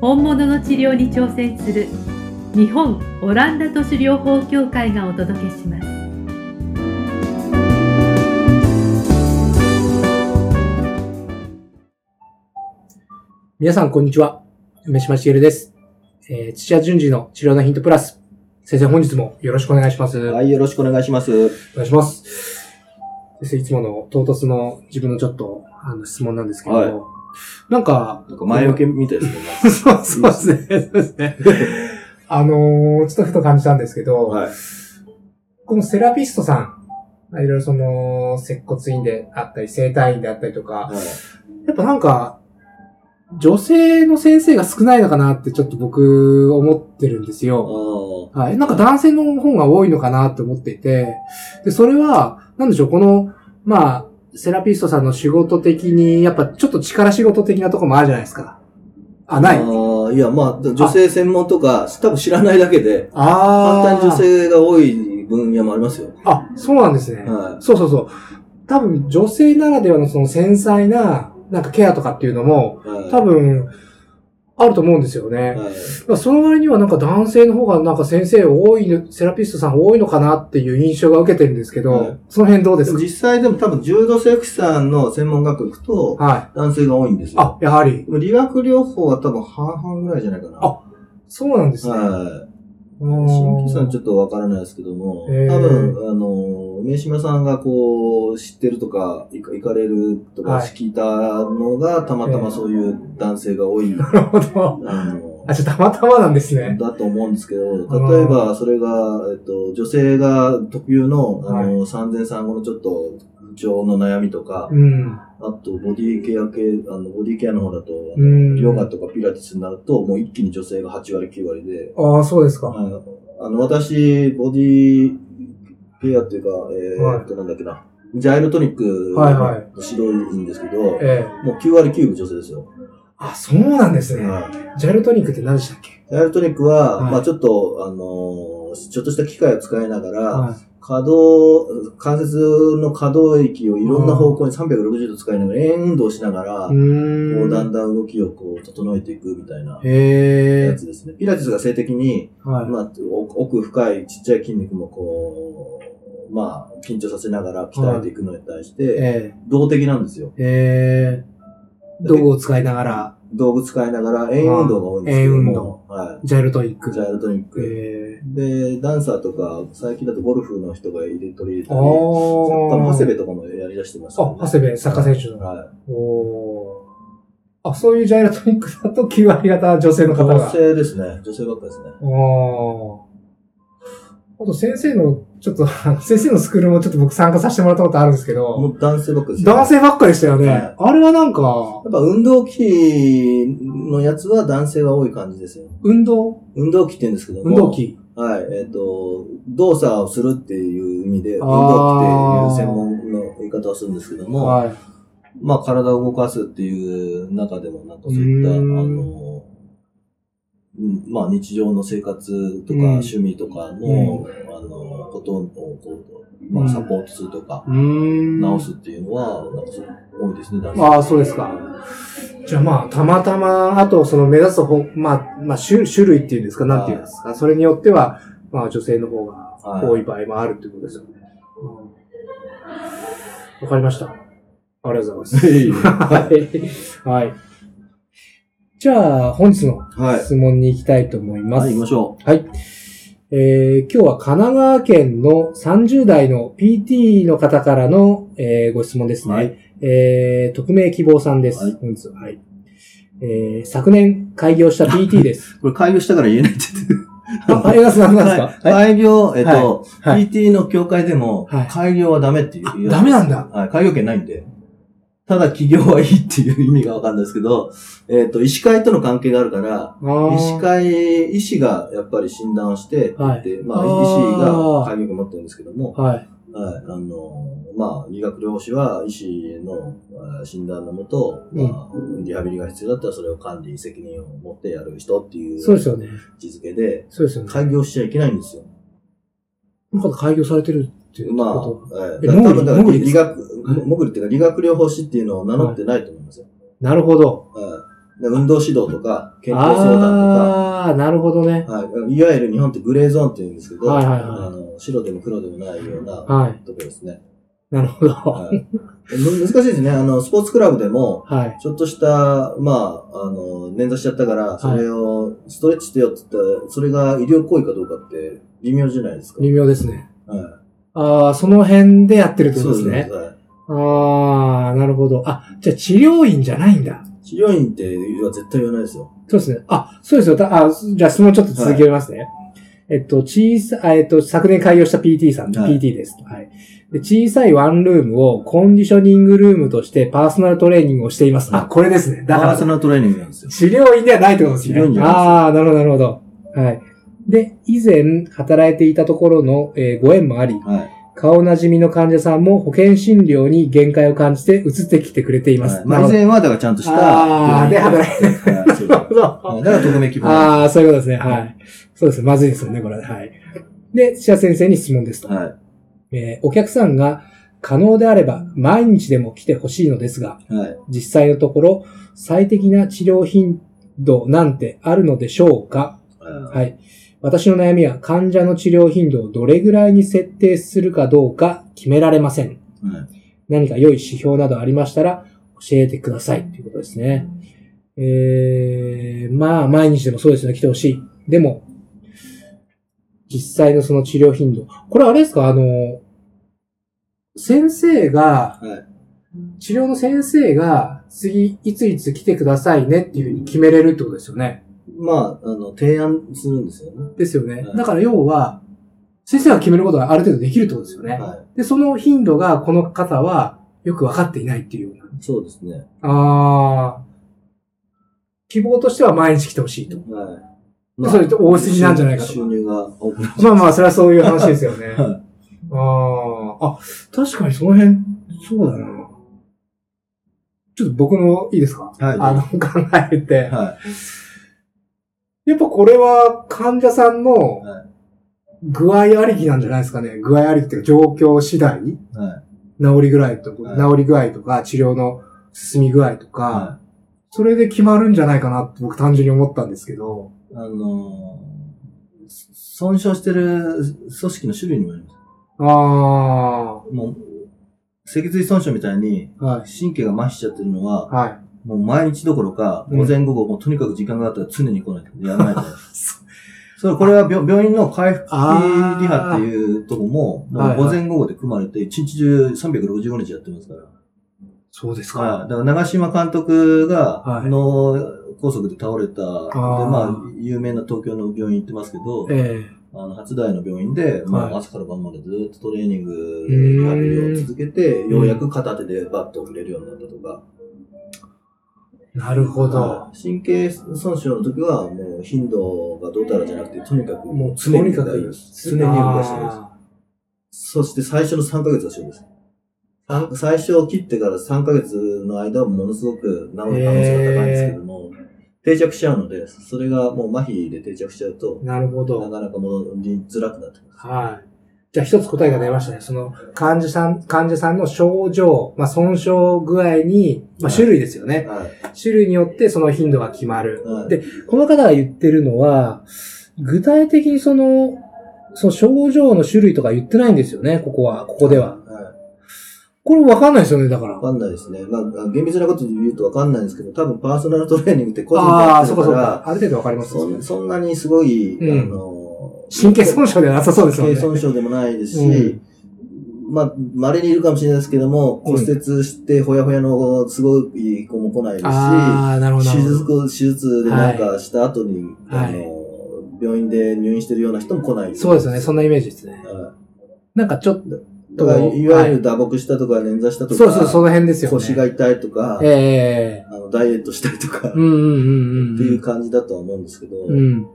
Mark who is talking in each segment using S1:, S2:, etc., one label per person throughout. S1: 本物の治療に挑戦する日本オランダ都市療法協会がお届けします
S2: 皆さん、こんにちは。梅島茂です。えー、土屋順次の治療のヒントプラス。先生、本日もよろしくお願いします。
S3: は
S2: お
S3: い、よろしくお願いします。
S2: 願いします。先生、いつもの唐突の自分のちょっと、あの、質問なんですけど、
S3: はい
S2: なんか、
S3: なんか前置きみたいですね。
S2: そうそうですね。そうですね。あのー、ちょっとふと感じたんですけど、
S3: はい。
S2: このセラピストさん、まあいろいろその、接骨院であったり、整体院であったりとか、やっぱなんか、女性の先生が少ないのかなってちょっと僕思ってるんですよ。
S3: あ
S2: はい。なんか男性の方が多いのかなって思っていて、で、それは、なんでしょう、この、まあ、セラピストさんの仕事的に、やっぱちょっと力仕事的なとこもあるじゃないですか。あ、ない。あ
S3: あーいや、まあ、女性専門とか、多分知らないだけで、
S2: あ
S3: 簡
S2: ー。
S3: 単に女性が多い分野もありますよ。
S2: あ、そうなんですね。
S3: は
S2: そうそうそう。多分女性ならではのその繊細な、なんかケアとかっていうのも、
S3: い。はい
S2: 多分、あると思うんですよね。
S3: はい。
S2: だからその割にはなんか男性の方がなんか先生多いの、セラピストさん多いのかなっていう印象が受けてるんですけど、
S3: はい
S2: その辺どうですか
S3: 実際でも多分、柔道整復師さんの専門学校行くと、
S2: はい。
S3: 男性が多いんですよ。
S2: あ、やはり。
S3: でも理学療法は多分半々ぐらいじゃないかな。
S2: あそうなんですね。
S3: はい。
S2: うん
S3: 新規さんちょっとわからないですけども、多
S2: へー
S3: 分、あの、梅島さんがこう、知ってるとか、行か行かれるとか
S2: はい
S3: 聞いたのが、たまたまそういう男性が 多い、
S2: なるほど。
S3: あの、
S2: あ、ちょっとたまたまなんですね。
S3: だと思うんですけど、例えばそれが、えっと、女性が特有の、あの、産前産後のちょっと、不調の悩みとか、
S2: うん。
S3: あと、ボディケア系、あの、ボディケアの方だと、あ
S2: う
S3: の
S2: ん。
S3: ヨガとかピラティスになると、もう一気に女性が8割、9割で、
S2: ああ、そうですか。
S3: あのあの、私、ボディペアっていうか、えー
S2: はい
S3: っと、なんだっけな、ジャイロトニック
S2: はいはい
S3: の白いんですけど、も
S2: ええ
S3: う9割9分女性ですよ。
S2: あ、そうなんですね。
S3: はい
S2: ジャイルトニックって何でしたっけ
S3: ジャイロトニックは、
S2: はい
S3: まあちょっと、あのーちょっとした機械を使いながら、
S2: はい。
S3: 可動、関節の可動域をいろんな方向に360度使いながら、円運動しながら、
S2: う
S3: こ
S2: ー。
S3: うんだんだん動きをこう整えていくみたいな
S2: へ
S3: や
S2: え。
S3: つですね。ピラティスが性的に、
S2: はい。
S3: まあ、お奥深いちっちゃい筋肉もこう、まあ、緊張させながら鍛えていくのに対して、
S2: え
S3: 動的なんですよ。
S2: え。ええ。道具を使いながら、
S3: 道具使いながら、円運動が多いんですけども、は
S2: ジャイルトニッ
S3: い。
S2: ク。
S3: ジャイロトニッ
S2: え
S3: ク。
S2: え。
S3: で、ダンサーとか、最近だとゴルフの人が入れ取り
S2: あ
S3: 入れた
S2: あ。
S3: り、多分長谷部とかもやりだしてますよ
S2: あ、長谷部、サッカー選手の。
S3: は
S2: おーあ、そういうジャイロトニックだと9割 方女性の
S3: い。
S2: 方
S3: 女
S2: が。
S3: 性ですね。女性ばっかですね。
S2: おーあと先生の、ちょっと、 先生のスクールもちょっと僕参加させてもらったことあるんですけ
S3: も
S2: ど、
S3: う男性ばっかですよ
S2: 男性ばっかりでしたよね。
S3: はい
S2: あれはなんか
S3: や、っぱ運動器のやつは男性が多い感じですよ。
S2: 運動
S3: 運動器って言うんですけども。
S2: 運動器。
S3: はい、えっ、と、動作をするっていう意味で、運
S2: あー
S3: 動器っていう専門の言い方をするんですけども、
S2: はい。
S3: まあ体を動かすっていう中でも、なんかそういった、
S2: う
S3: あ
S2: ーん
S3: の、うんまあ日常の生活とか
S2: うん
S3: 趣味とかの、あの、ことをこう、ま
S2: う
S3: あ
S2: ん
S3: サポートするとか、
S2: うーん。
S3: 直すっていうのは、なんかそう多いですね、男性
S2: ああ、そうですか。じゃあまあ、たまたま、あとその目指す方、まあ、まあ種、種類っていうんですか、なんていうんですか。それによっては、まあ女性の方が
S3: はい
S2: 多い場合もあるってことですよね。うんわかりました。ありがとうございます。はい。はい。じゃあ、本日の
S3: はい。
S2: 質問に行きたいと思います。
S3: はい、行きましょ
S2: はい。えー今日は神奈川県の30代の PT の方からの、えーご質問ですね。
S3: は
S2: えー匿名希望さんです。
S3: はい
S2: 本日はいえー昨年開業した PT です。
S3: う。これ開業したから言えないって言ってる。
S2: あ、あ江川さんなんです
S3: はい
S2: か、はい
S3: 開業、えっ、と、
S2: はい
S3: PT の協会でも
S2: はい、
S3: 開業はダメっていう、
S2: あダメなんだ。
S3: はい、開業権ないんで。ただ起業はいいっていう意味がわかんないですけど、えっ、と、医師会との関係があるから、医師会、医師がやっぱり診断をして、
S2: はい
S3: でまあ、
S2: あ
S3: 医
S2: ー
S3: 師が会議を持ってるんですけども、
S2: はい。
S3: はい、あの、まあ、医学療法士は医師のあー診断のもと、
S2: うん
S3: まあ、リハビリが必要だったらそれを管理、責任を持ってやる人っていう
S2: そうです
S3: 位
S2: よね。
S3: 置づけで、
S2: そうですよね。
S3: 開業しちゃいけないんですよ。
S2: この方開業されてるっていうこ
S3: まあ、
S2: と。
S3: はい
S2: え
S3: だか
S2: モ
S3: ら
S2: グリ
S3: 多分だから
S2: モグリです
S3: 理
S2: か
S3: 学、ももぐりっていうか、理学療法士っていうのを名乗ってないと思いますよ。
S2: なるほど。
S3: はい。で運動指導とか、健康相談
S2: ああー、なるほどね
S3: と。か、はい。いわゆる日本ってグレーゾーンって言うんですけど、
S2: はいはいはい
S3: あの白でも黒でもないような
S2: はい。
S3: ところですね。
S2: なるほど。
S3: はい、む難しいですね。あの、スポーツクラブでも、
S2: はい。
S3: ちょっとした、まあ、あの、捻挫しちゃったから、それをストレッチしてよって言ったら、それが医療行為かどうかって微妙じゃないですか。
S2: 微妙ですね。
S3: は
S2: ああ、その辺でやってるっ
S3: い。
S2: てことですね。
S3: は
S2: ああ、なるほど。あ、じゃあ治療院じゃないんだ。
S3: い。治療院っては絶対言わないですよ。
S2: そうですね。あ、そうですよ。だあじゃあ質問ちょっと続けますね。えっと、小さあえっと、昨年開業した PT さん、
S3: はい
S2: PT です。はい。で、小さいワンルームをコンディショニングルームとしてパーソナルトレーニングをしています。
S3: はい
S2: あ、これですね。だか
S3: パー
S2: ら、
S3: ソナルトレーニングなんですよ。
S2: 治療院ではないってことですね。
S3: 治療院じゃないです
S2: ああ、なるほど、なるほど。はい。で、以前働いていたところの、えーご縁もあり、
S3: はい。
S2: 顔なじみの患者さんも保険診療に限界を感じて移ってきてくれています。
S3: はいまあ、以
S2: なる
S3: 前は、だからちゃんとした。
S2: あーで働
S3: いてる。はいそうだ
S2: ほど。
S3: から、匿名希望。は
S2: ああ、そういうことですね。はい。そうです。まずいですよね、これ。はい。で、土屋先生に質問ですと。
S3: い。
S2: えーお客さんが可能であれば毎日でも来てほしいのですが、
S3: はい。
S2: 実際のところ最適な治療頻度なんてあるのでしょうか
S3: はい。
S2: はい。私の悩みは患者の治療頻度をどれぐらいに設定するかどうか決められません。何か良い指標などありましたら教えてくださいということですね。えー、まあ、毎日でもそうですね、来てほしい。でも、実際のその治療頻度。これあれですかあの、先生が、
S3: は
S2: 治療の先生が、次、いついつ来てくださいねっていうふうに決めれるってことですよね。
S3: まあ、あの、提案するんですよね。
S2: ですよね
S3: はい。
S2: だから要は、先生が決めることがある程度できるってことですよね。
S3: は
S2: で、その頻度がこの方はよくわかっていないっていうような。
S3: い。そうですね。
S2: ああ。希望としては毎日来てほしいと。
S3: はい。
S2: それって多すぎなんじゃないかと
S3: 収入が多くな
S2: まあまあ、それはそういう話ですよ ね。
S3: は
S2: ああ。あ、確かにその辺、そうだな。ちょっと僕のいいですか
S3: はい
S2: あの、考えて。
S3: は
S2: やっぱこれは患者さんの
S3: は
S2: 具合ありきなんじゃないですかね。具合ありきっていうか状況次第治
S3: い。はい。
S2: り具合と、
S3: はい
S2: 治り具合とか治療の進み具合とか、
S3: は
S2: それで決まるんじゃないかなって僕単純に思ったんですけど。
S3: い。あのー、損傷してる組織の種類にもよりま
S2: ああ。
S3: す。もう、脊髄損傷みたいに、
S2: はい。
S3: 神経が麻痺しちゃってるのは、
S2: はい。
S3: もう毎日どころか、
S2: うん
S3: 午前午後、もうとにかく時間があったら常に来ないと。やらないと。 そう、これは病病院の回復リ
S2: あー
S3: ハっていうとこも、も
S2: はい
S3: う
S2: はい
S3: 午前午後で組まれて、一日中365日やってますから。
S2: そうですか。
S3: はい。だから長島監督が
S2: は、い
S3: 脳梗塞で倒れた、で、
S2: ー
S3: まあ、有名な東京の病院行ってますけど、
S2: え
S3: あの、初代の病院で、ま
S2: はい
S3: あ、朝から晩までずっとトレーニング、
S2: へー
S3: リハビリを続けて、ようやく片手でバットを振れるようになったとか、
S2: えなるほど。
S3: 神経損傷の時は、もう頻度がどうたらじゃなくて、とにかく、
S2: もう
S3: 常に
S2: とにかく
S3: 動かしてる常に動かしてる
S2: あ
S3: そして最初の3ヶ月はそうです。さん最初を切ってから3ヶ月の間はものすごく治る可能性が高いんですけども、定着しちゃうので、それがもう麻痺で定着しちゃうと
S2: ー、なるほ
S3: な
S2: ど。
S3: かなか戻りづらくなってくる。
S2: はい。じゃあ一つ答えが出ましたね。その患者さん、患者さんの症状、まあ損傷具合に、まあ
S3: はい
S2: 種類ですよね。
S3: はい。
S2: 種類によってその頻度が決まる。
S3: はい
S2: で、この方が言ってるのは、具体的にその、その症状の種類とか言ってないんですよね、ここは、ここでは。
S3: はい。
S2: これわかんないですよね、だから。
S3: わかんないですね。まあ、厳密なことで言うとわかんないんですけど、多分パーソナルトレーニングって個人で
S2: あ
S3: や
S2: あ、
S3: って
S2: そ
S3: る
S2: うか
S3: か
S2: そう
S3: ら
S2: か。、ある程度わかります
S3: そ
S2: よ
S3: ん
S2: ね。
S3: そんなにすごい、
S2: うん
S3: あの
S2: 神経損傷ではなさそうですよね。
S3: 神経損傷でもないですし、
S2: うん
S3: まあ、稀にいるかもしれないですけども、
S2: うん
S3: 骨折してほやほやのすごい子も来ないで
S2: ああ、なるほど。
S3: すし、
S2: な
S3: 手
S2: るほど
S3: 術後、手術でなんかした後に、
S2: はい
S3: あの、病院で入院してるような人も来ない
S2: そうですよね。そん
S3: な。
S2: なイメージですね。
S3: は
S2: なんかちょっと、
S3: いだから、いわゆ
S2: る、
S3: る打撲したとか、捻挫したとか、
S2: そうそう、その辺ですよね。
S3: 腰が痛いとか、
S2: ええ
S3: あのダイエットしたいとか、
S2: うんうんうんうん。
S3: っていう感じだとは思うんですけど、
S2: うん。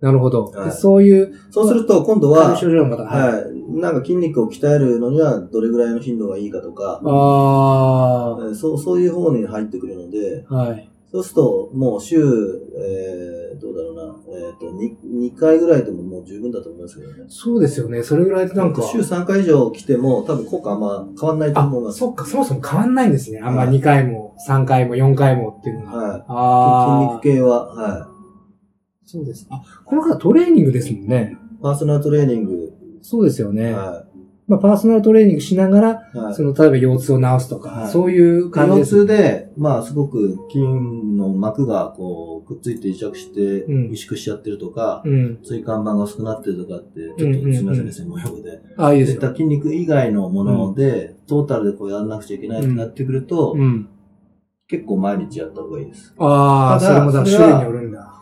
S2: なるほど。
S3: はい
S2: でそういう、
S3: そうすると今度
S2: 軽
S3: は、
S2: い症状の方が。い。
S3: はい、なんか筋肉を鍛えるのにはどれぐらいの頻度がいいかとか、え
S2: あ
S3: ーそうそういう方に入ってくるので、
S2: あ、はい。
S3: そうするともう週、えー、どうだろうな、えっ、と2、2回ぐらいでももう十分だと思いますけどね。
S2: そうですよね。それぐらいでなんか。
S3: 週3回以上来ても多分効果あんま変わんないと
S2: あ
S3: 思い、ます。
S2: そっか、そもそも変わんないんですね。あんま
S3: はい
S2: 2回も、3回も、4回もっていうのが。
S3: は
S2: あ
S3: い。
S2: あ。
S3: 筋肉系は、はい。
S2: そうです。あ、この方トレーニングですもんね。
S3: パーソナルトレーニング、
S2: そうですよね。
S3: は
S2: まあ、パーソナルトレーニングしながら、
S3: い。はい
S2: その、例えば腰痛を治すとか、
S3: はい
S2: そういう感じ
S3: 腰
S2: です。
S3: 痛で、まあ、すごく筋の膜がこう、くっついて癒着して、
S2: うん
S3: 萎縮しちゃってるとか、
S2: うん。
S3: 椎間板が薄くなってるとかって、ち
S2: うん
S3: ょっ
S2: うんうん
S3: とすみませんね、専門用語で。
S2: ああ、いいです
S3: そういった
S2: よ。
S3: 筋肉以外のもので、トータルでこうやらなくちゃいけないってなってくると、
S2: うん。
S3: 結構毎日やった方がいいです。
S2: ああ、
S3: た
S2: そ
S3: だ
S2: れもだ、
S3: それ
S2: 種類
S3: は
S2: によるんだ。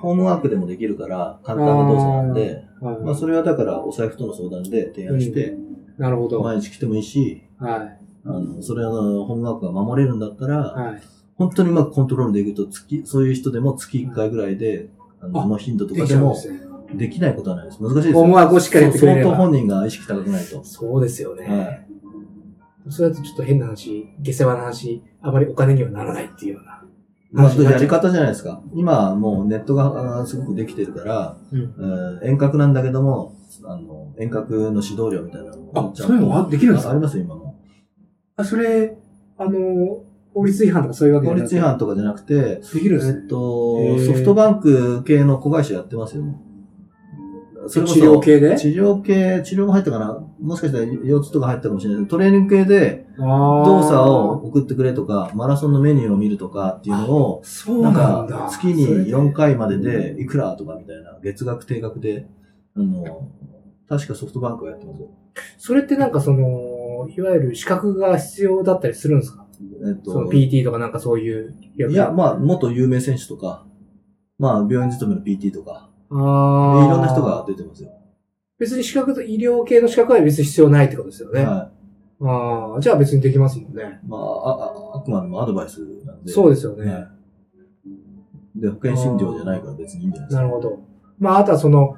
S3: ホームワークでもできるから、簡単な動作なんで、
S2: はい
S3: まあ、それはだから、お財布との相談で提案して、
S2: なるほど。はい。
S3: 毎日来てもいいし、あの、それはあのホームワークが守れるんだったら、
S2: はい。
S3: 本当にうまくコントロールできると、月、そういう人でも月1回ぐらいで、あ
S2: あ
S3: の、の頻度と
S2: で
S3: か
S2: きち
S3: で
S2: ゃうん
S3: も
S2: です、ね。
S3: できないことはないです。難しいですよ。
S2: 思惑をしっかりやってくれれば
S3: そう相当本人が意識高くないと。
S2: そうですよね。
S3: はい。
S2: それだとちょっと変な話、下世話な話、あまりお金にはならないっていうような。
S3: まあ、やり方じゃないですか。今、もうネットがあーすごくできてるから、
S2: うん
S3: うん遠隔なんだけども、あの、遠隔の指導料みたいなのを
S2: あそういうのはできるんですか
S3: あありますよ、今も。
S2: あ、それ、あの、法律違反とかそういうわけじ
S3: 法
S2: ゃなく
S3: 律違反とかじゃなくて、
S2: できるんです
S3: え
S2: ね。
S3: っと
S2: へ、ー
S3: ソフトバンク系の子会社やってますよ。それこそ
S2: 治療系で
S3: 治療系、治療も入ったかなもしかしたら腰痛とか入ったかもしれないけど、トレーニング系で動
S2: 動
S3: 作を。送ってくれとか、マラソンのメニューを見るとかっていうのを、
S2: そう
S3: な
S2: なんんだ。
S3: か月に4回まででいくらとかみたいな、月額定額で、あの、確かソフトバンクはやってますよ。
S2: それってなんかその、いわゆる資格が必要だったりするんですか
S3: えっ
S2: その
S3: と、
S2: PT とかなんかそういう。
S3: いや、、まあ、元有名選手とか、まあ、病院勤めの PT とか、
S2: あ
S3: でい
S2: ー
S3: ろんな人が。出てますよ。
S2: 別に資格と、医療系の資格は別に必要ないってことですよね。
S3: はい。
S2: ああ、じゃあ別にできますもんね。
S3: まあ、あ、ああくまでもアドバイスなんで。
S2: そう
S3: う
S2: ですよね。
S3: で、保険診療じゃないから別にいいんじゃないです
S2: な
S3: か。
S2: るほど。まあ、あとはその、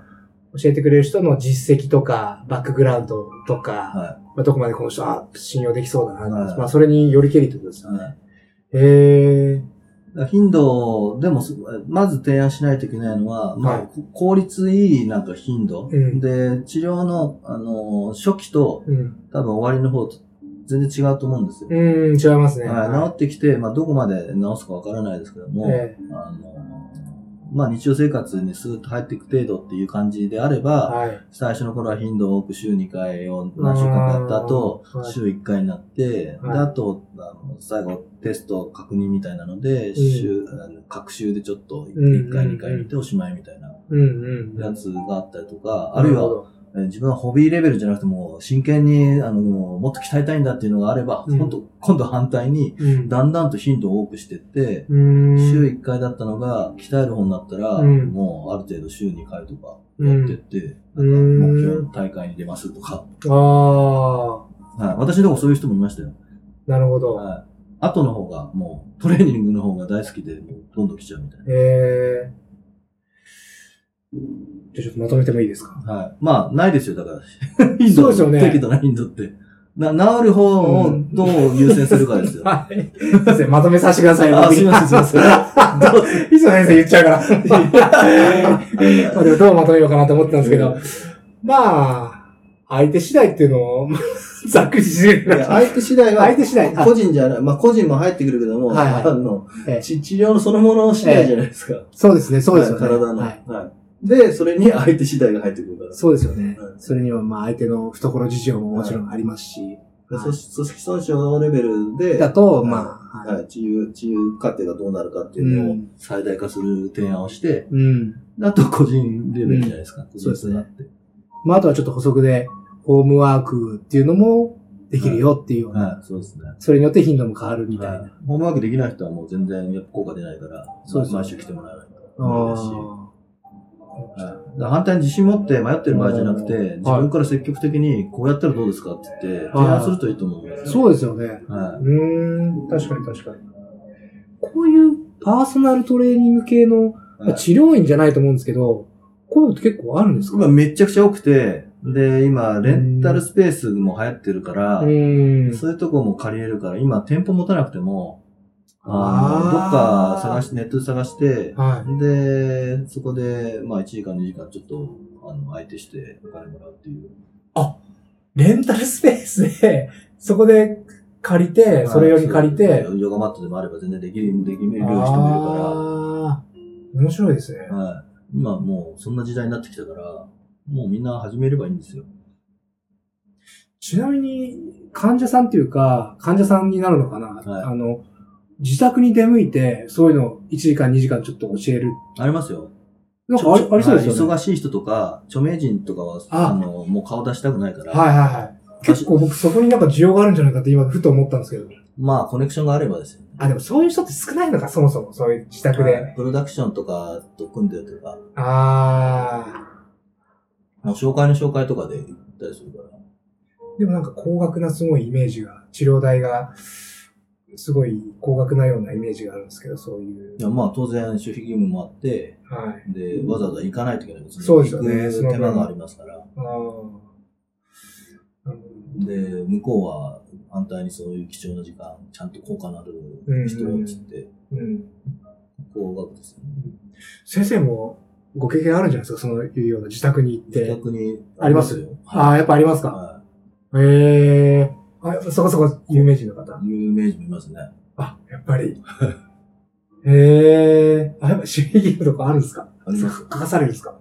S2: 教えてくれる人の実績とか、バックグラウンドとか、
S3: は
S2: まあ、どこまでこの人は信用できそうだな、
S3: はい
S2: まあ、それによりけりってことですよ
S3: い。はい
S2: ね。へえ。
S3: だから頻度でもす、まず提案しないといけないのは、まあ、
S2: はい
S3: こ効率いいなんか頻度。
S2: うん
S3: で、治療の、あの、初期と
S2: うん。
S3: 多分終わりの方と全然違うと思うんですよ。
S2: うーん、違いますね。
S3: はい、治ってきて、まあ、どこまで治すかわからないですけども、
S2: ええ
S3: あの、まあ、日常生活にスーッと入っていく程度っていう感じであれば、
S2: はい。
S3: 最初の頃は頻度を多く週2回を何週間かやった後
S2: あーはい、
S3: 週1回になって、
S2: はい
S3: で、あと、あの最後テスト確認みたいなので、週、あの各週でちょっと
S2: うん
S3: 1回2回見ておしまいみたいな
S2: うんうん。
S3: やつがあったりとか、
S2: な
S3: あるい
S2: るほ
S3: は
S2: ど、
S3: えー自分はホビーレベルじゃなくてもう真剣に、あの、もっと鍛えたいんだっていうのがあれば、
S2: うん
S3: 今度、今度反対に、
S2: うん。
S3: だんだんと頻度を多くしてって、
S2: うーん。
S3: 週1回だったのが、鍛える方になったら、
S2: うん
S3: もうある程度週2回とかやってって、
S2: うん
S3: なんか目標の大会に出ますとか、
S2: あ
S3: はい、私のとこそういう人もいましたよ。
S2: あ、なるほど。
S3: はい、後の方が、もうトレーニングの方が大好きで、もうどんどん来ちゃうみたい
S2: へえ。じゃあちょっとまとめてもいいですか
S3: な。はい、まあ、ないですよ、だから。
S2: そうですよね
S3: 適度な頻度って。な、治る方をどう優先するかで すよ。
S2: はい。先生、まとめさせてください。
S3: あ、すいません、すいません。どうぞ
S2: いつも先生言っちゃう から。まあでもどうまとめようかなと思ってたんですけど、まあ、相手次第っていうのを、 まあざっくりし
S3: いや
S2: て
S3: 相手次第は、
S2: 相手次第
S3: 個人じゃない、まあ個人も入ってくるけども、
S2: はいはい
S3: あの、
S2: ええ
S3: 治治療のそのもの次第じゃないですか。
S2: そうですね、 そうですよね。
S3: はい体の、
S2: は
S3: はいい。で、それに相手次第が入ってくるから。
S2: そうですよね
S3: はい。
S2: それにはまあ相手の懐事情ももちろんありますし、
S3: で組織組織損傷レベルで、
S2: だと、まあ、はい
S3: はい、治癒、治癒過程がどうなるかって
S2: う
S3: いうのを
S2: ん。
S3: 最大化する提案をして、
S2: うん。
S3: あと個人レベルじゃないですか。個人差があって。
S2: まああとはちょっと補足で、ホームワークっていうのもできるよっていうような、
S3: はい、そうですね。
S2: それによって頻度も変わるみたいな。
S3: はいホームワークできない人はもう全然やっぱ効果出ないから、
S2: そうですね
S3: 毎週来てもらわないと
S2: あ
S3: 無理だし
S2: あ。
S3: から反対に自信持って迷ってる場合じゃなくて、
S2: うん
S3: 自分から積極的にこうやったらどうですかって言って、提案するといいと思うんですよ。
S2: そうですよね。
S3: は
S2: うーん、確かに確かに。こういうパーソナルトレーニング系の、
S3: い。
S2: まあ治療院じゃないと思うんですけど、こういうのって結構あるんですか
S3: 今めちゃくちゃ多くて、で、今、レンタルスペースも流行ってるから、
S2: ん
S3: そういうとこも借りれるから、今、店舗持たなくても、
S2: あ
S3: あ
S2: ー
S3: のどっか探し、ネットで探して、
S2: は
S3: で、そこで、まあ、1時間、2時間、ちょっと、あの、相手して、お金もらうっていう。
S2: い。レンタルスペースで、 そこで借りて、それより借りて、
S3: そうヨガマットでもあれば全然できる、できる人もいるか
S2: ああ、面白いですね
S3: ら、。はい。今、もう、そんな時代になってきたから、もうみんな始めればいいんですよ。
S2: ちなみに、患者さんっていうか、患者さんになるのかな、
S3: はい
S2: あの、自宅に出向いて、そういうのを1時間、2時間ちょっと教える。
S3: ありますよ。
S2: なんかありありそうですよね。
S3: はい忙しい人とか、著名人とかは、
S2: あ
S3: あの、もう顔出したくないから、
S2: はいはいはい。結構僕そこになんか需要があるんじゃないかって今ふと思ったんですけど。
S3: まあ、コネクションがあればですよ。
S2: あ、でもそういう人って少ないのか、そもそも。そういう自宅で。
S3: はいプロダクションとかと組んでるとか、
S2: あ
S3: もう紹介の紹介とかで行ったりするから。
S2: ー。でもなんか高額なすごいイメージが、治療代が、すごい高額なようなイメージがあるんですけど、そういう
S3: い。やまあ、当然、守秘義務もあって、
S2: はい。
S3: で、わざわざ行かないといけないです
S2: そうですよね
S3: 行く手間がありますから。
S2: あーなるほど。
S3: で、向こうは反対にそういう貴重な時間、ちゃんと効果のある人をつって、
S2: うん。
S3: 高額ですよね。
S2: 先生もご経験あるんじゃないですかそういうような自宅に行っ
S3: 自
S2: て。
S3: 宅に
S2: あります
S3: よ。
S2: ああ、やっぱありますか。へ
S3: は
S2: え。あ、そこそこ有名人の方。
S3: い。有名人もいますね。
S2: あ、やっぱり。 へえ。あ、やっぱ守秘義務とかあるんですか
S3: あります
S2: 書かされるんですか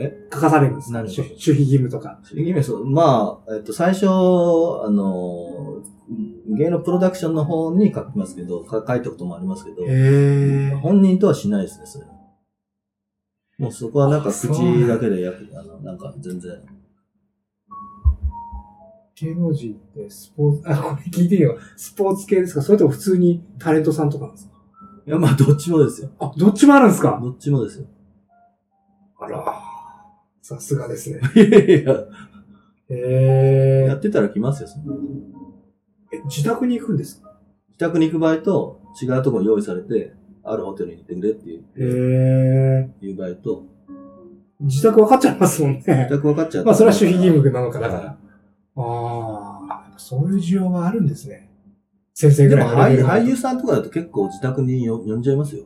S3: え
S2: 書かされるんですか
S3: 何
S2: 守
S3: が
S2: 守秘義務とか。
S3: そういう意味でそう、まあ、えっと、最初、あの、芸能プロダクションの方に書きますけど、か書いたこともありますけど、
S2: へえ。
S3: 本人とはしないですね、それは。もうそこはなんか
S2: あ
S3: 口
S2: そうなんだ
S3: だけでやく、あの、なんか全然。
S2: 芸能人ってスポーツ、あ、 これ聞いていいよ。スポーツ系ですかそれとも普通にタレントさんとかなんですか
S3: いや、まあ、どっちもですよ。
S2: あ、どっちもあるんですか
S3: どっちもですよ。
S2: あら。さすがですね。
S3: いやいや
S2: へ
S3: いや、や
S2: え。
S3: ってたら来ますよ、その
S2: え自宅に行くんですか
S3: 自宅に行く場合と、違うところ用意されて、あるホテルに行ってくれっていう、
S2: へえ。
S3: いう場合と、
S2: 自宅分かっちゃいますもんね
S3: 自。宅分かっちゃったら
S2: まあそれは守秘義務なのか、だか
S3: は
S2: ら。ああ、そういう需要はあるんですね。先生
S3: で
S2: ぐ
S3: も
S2: らいのレベ
S3: 俳優
S2: ル
S3: 俳優さんとかだと結構自宅によ呼んじゃいますよ。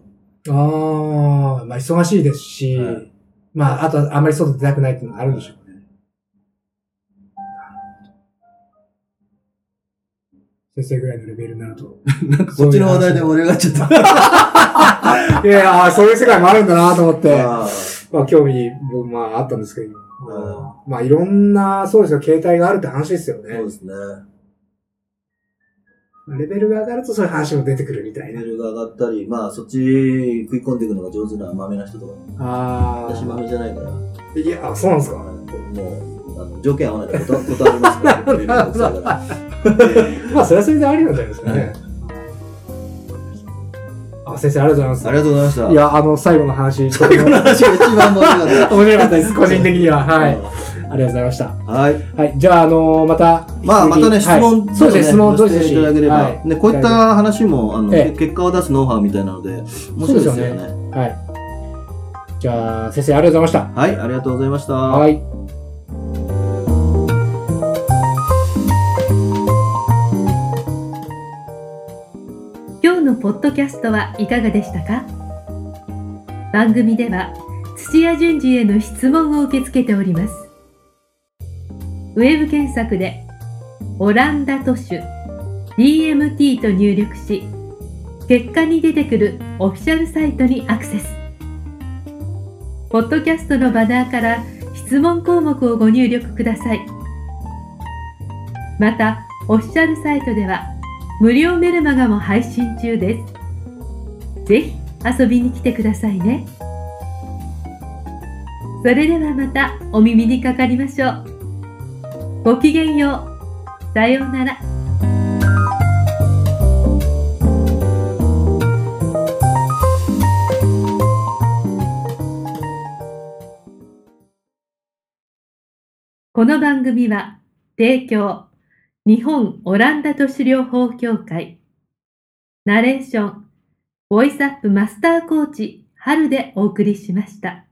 S2: ああ、まあ忙しいですし、
S3: はい
S2: まああとはあんまり外出たくないっていうのがあるんでしょうね。先生ぐらいのレベルになると。
S3: なんかこっちの話題で盛り上がっちゃった。
S2: いやいや、そういう世界もあるんだなと思って。
S3: あ
S2: まあ興味、僕まああったんですけど、
S3: うん
S2: まあいろんな、そうですよ、携帯があるって話ですよね。
S3: ーそうですね。
S2: レベルが上がるとそういう話も出てくるみたい
S3: レ
S2: な
S3: ベ。ルが上がったり、まあそっち食い込んでいくのが上手なマメな人とか、
S2: あ
S3: 私マメじゃないから、も
S2: あ。いや、あそうなんですか。
S3: う、あの条件合わないと断断りますから、レベルが落ちたから
S2: まあ、それはそれでありなんじゃないですかね。あ、先生、ありがとうござ
S3: あ
S2: いま
S3: りがとうございました。
S2: す。い、や、あの、最後の話、とて
S3: この
S2: も
S3: 話が一番盛り上がっ
S2: 面白かった です、個人的には。
S3: た。
S2: はい。あり。がとうございました。
S3: はい。
S2: はい。じゃあ、あのまた、
S3: まあまたね、質問、
S2: はいそうですね、質問、どうぞ
S3: していただければ、
S2: はい。
S3: ね、こういった話も、あの、
S2: ええ
S3: 結果を出すノウハウみたいなので、面白いですよ
S2: そうで
S3: ね。
S2: すよはい。じゃあ、先生、ありがとうございまし
S3: はい、ありがとうございました。
S2: た。はい。
S1: 今日のポッドキャストはいかがでしたか番組では土屋順次への質問を受け付けておりますウェブ検索で「オランダ都市 DMT」と入力し結果に出てくるオフィシャルサイトにアクセスポッドキャストのバナーから質問項目をご入力くださいまたオフィシャルサイトでは「無料メルマガも配信中です。ぜひ遊びに来てくださいね。それではまたお耳にかかりましょう。ごきげんよう。さようなら。この番組は、提供、日本オランダ都市療法協会、ナレーション、ボイスアップマスターコーチ、春でお送りしました。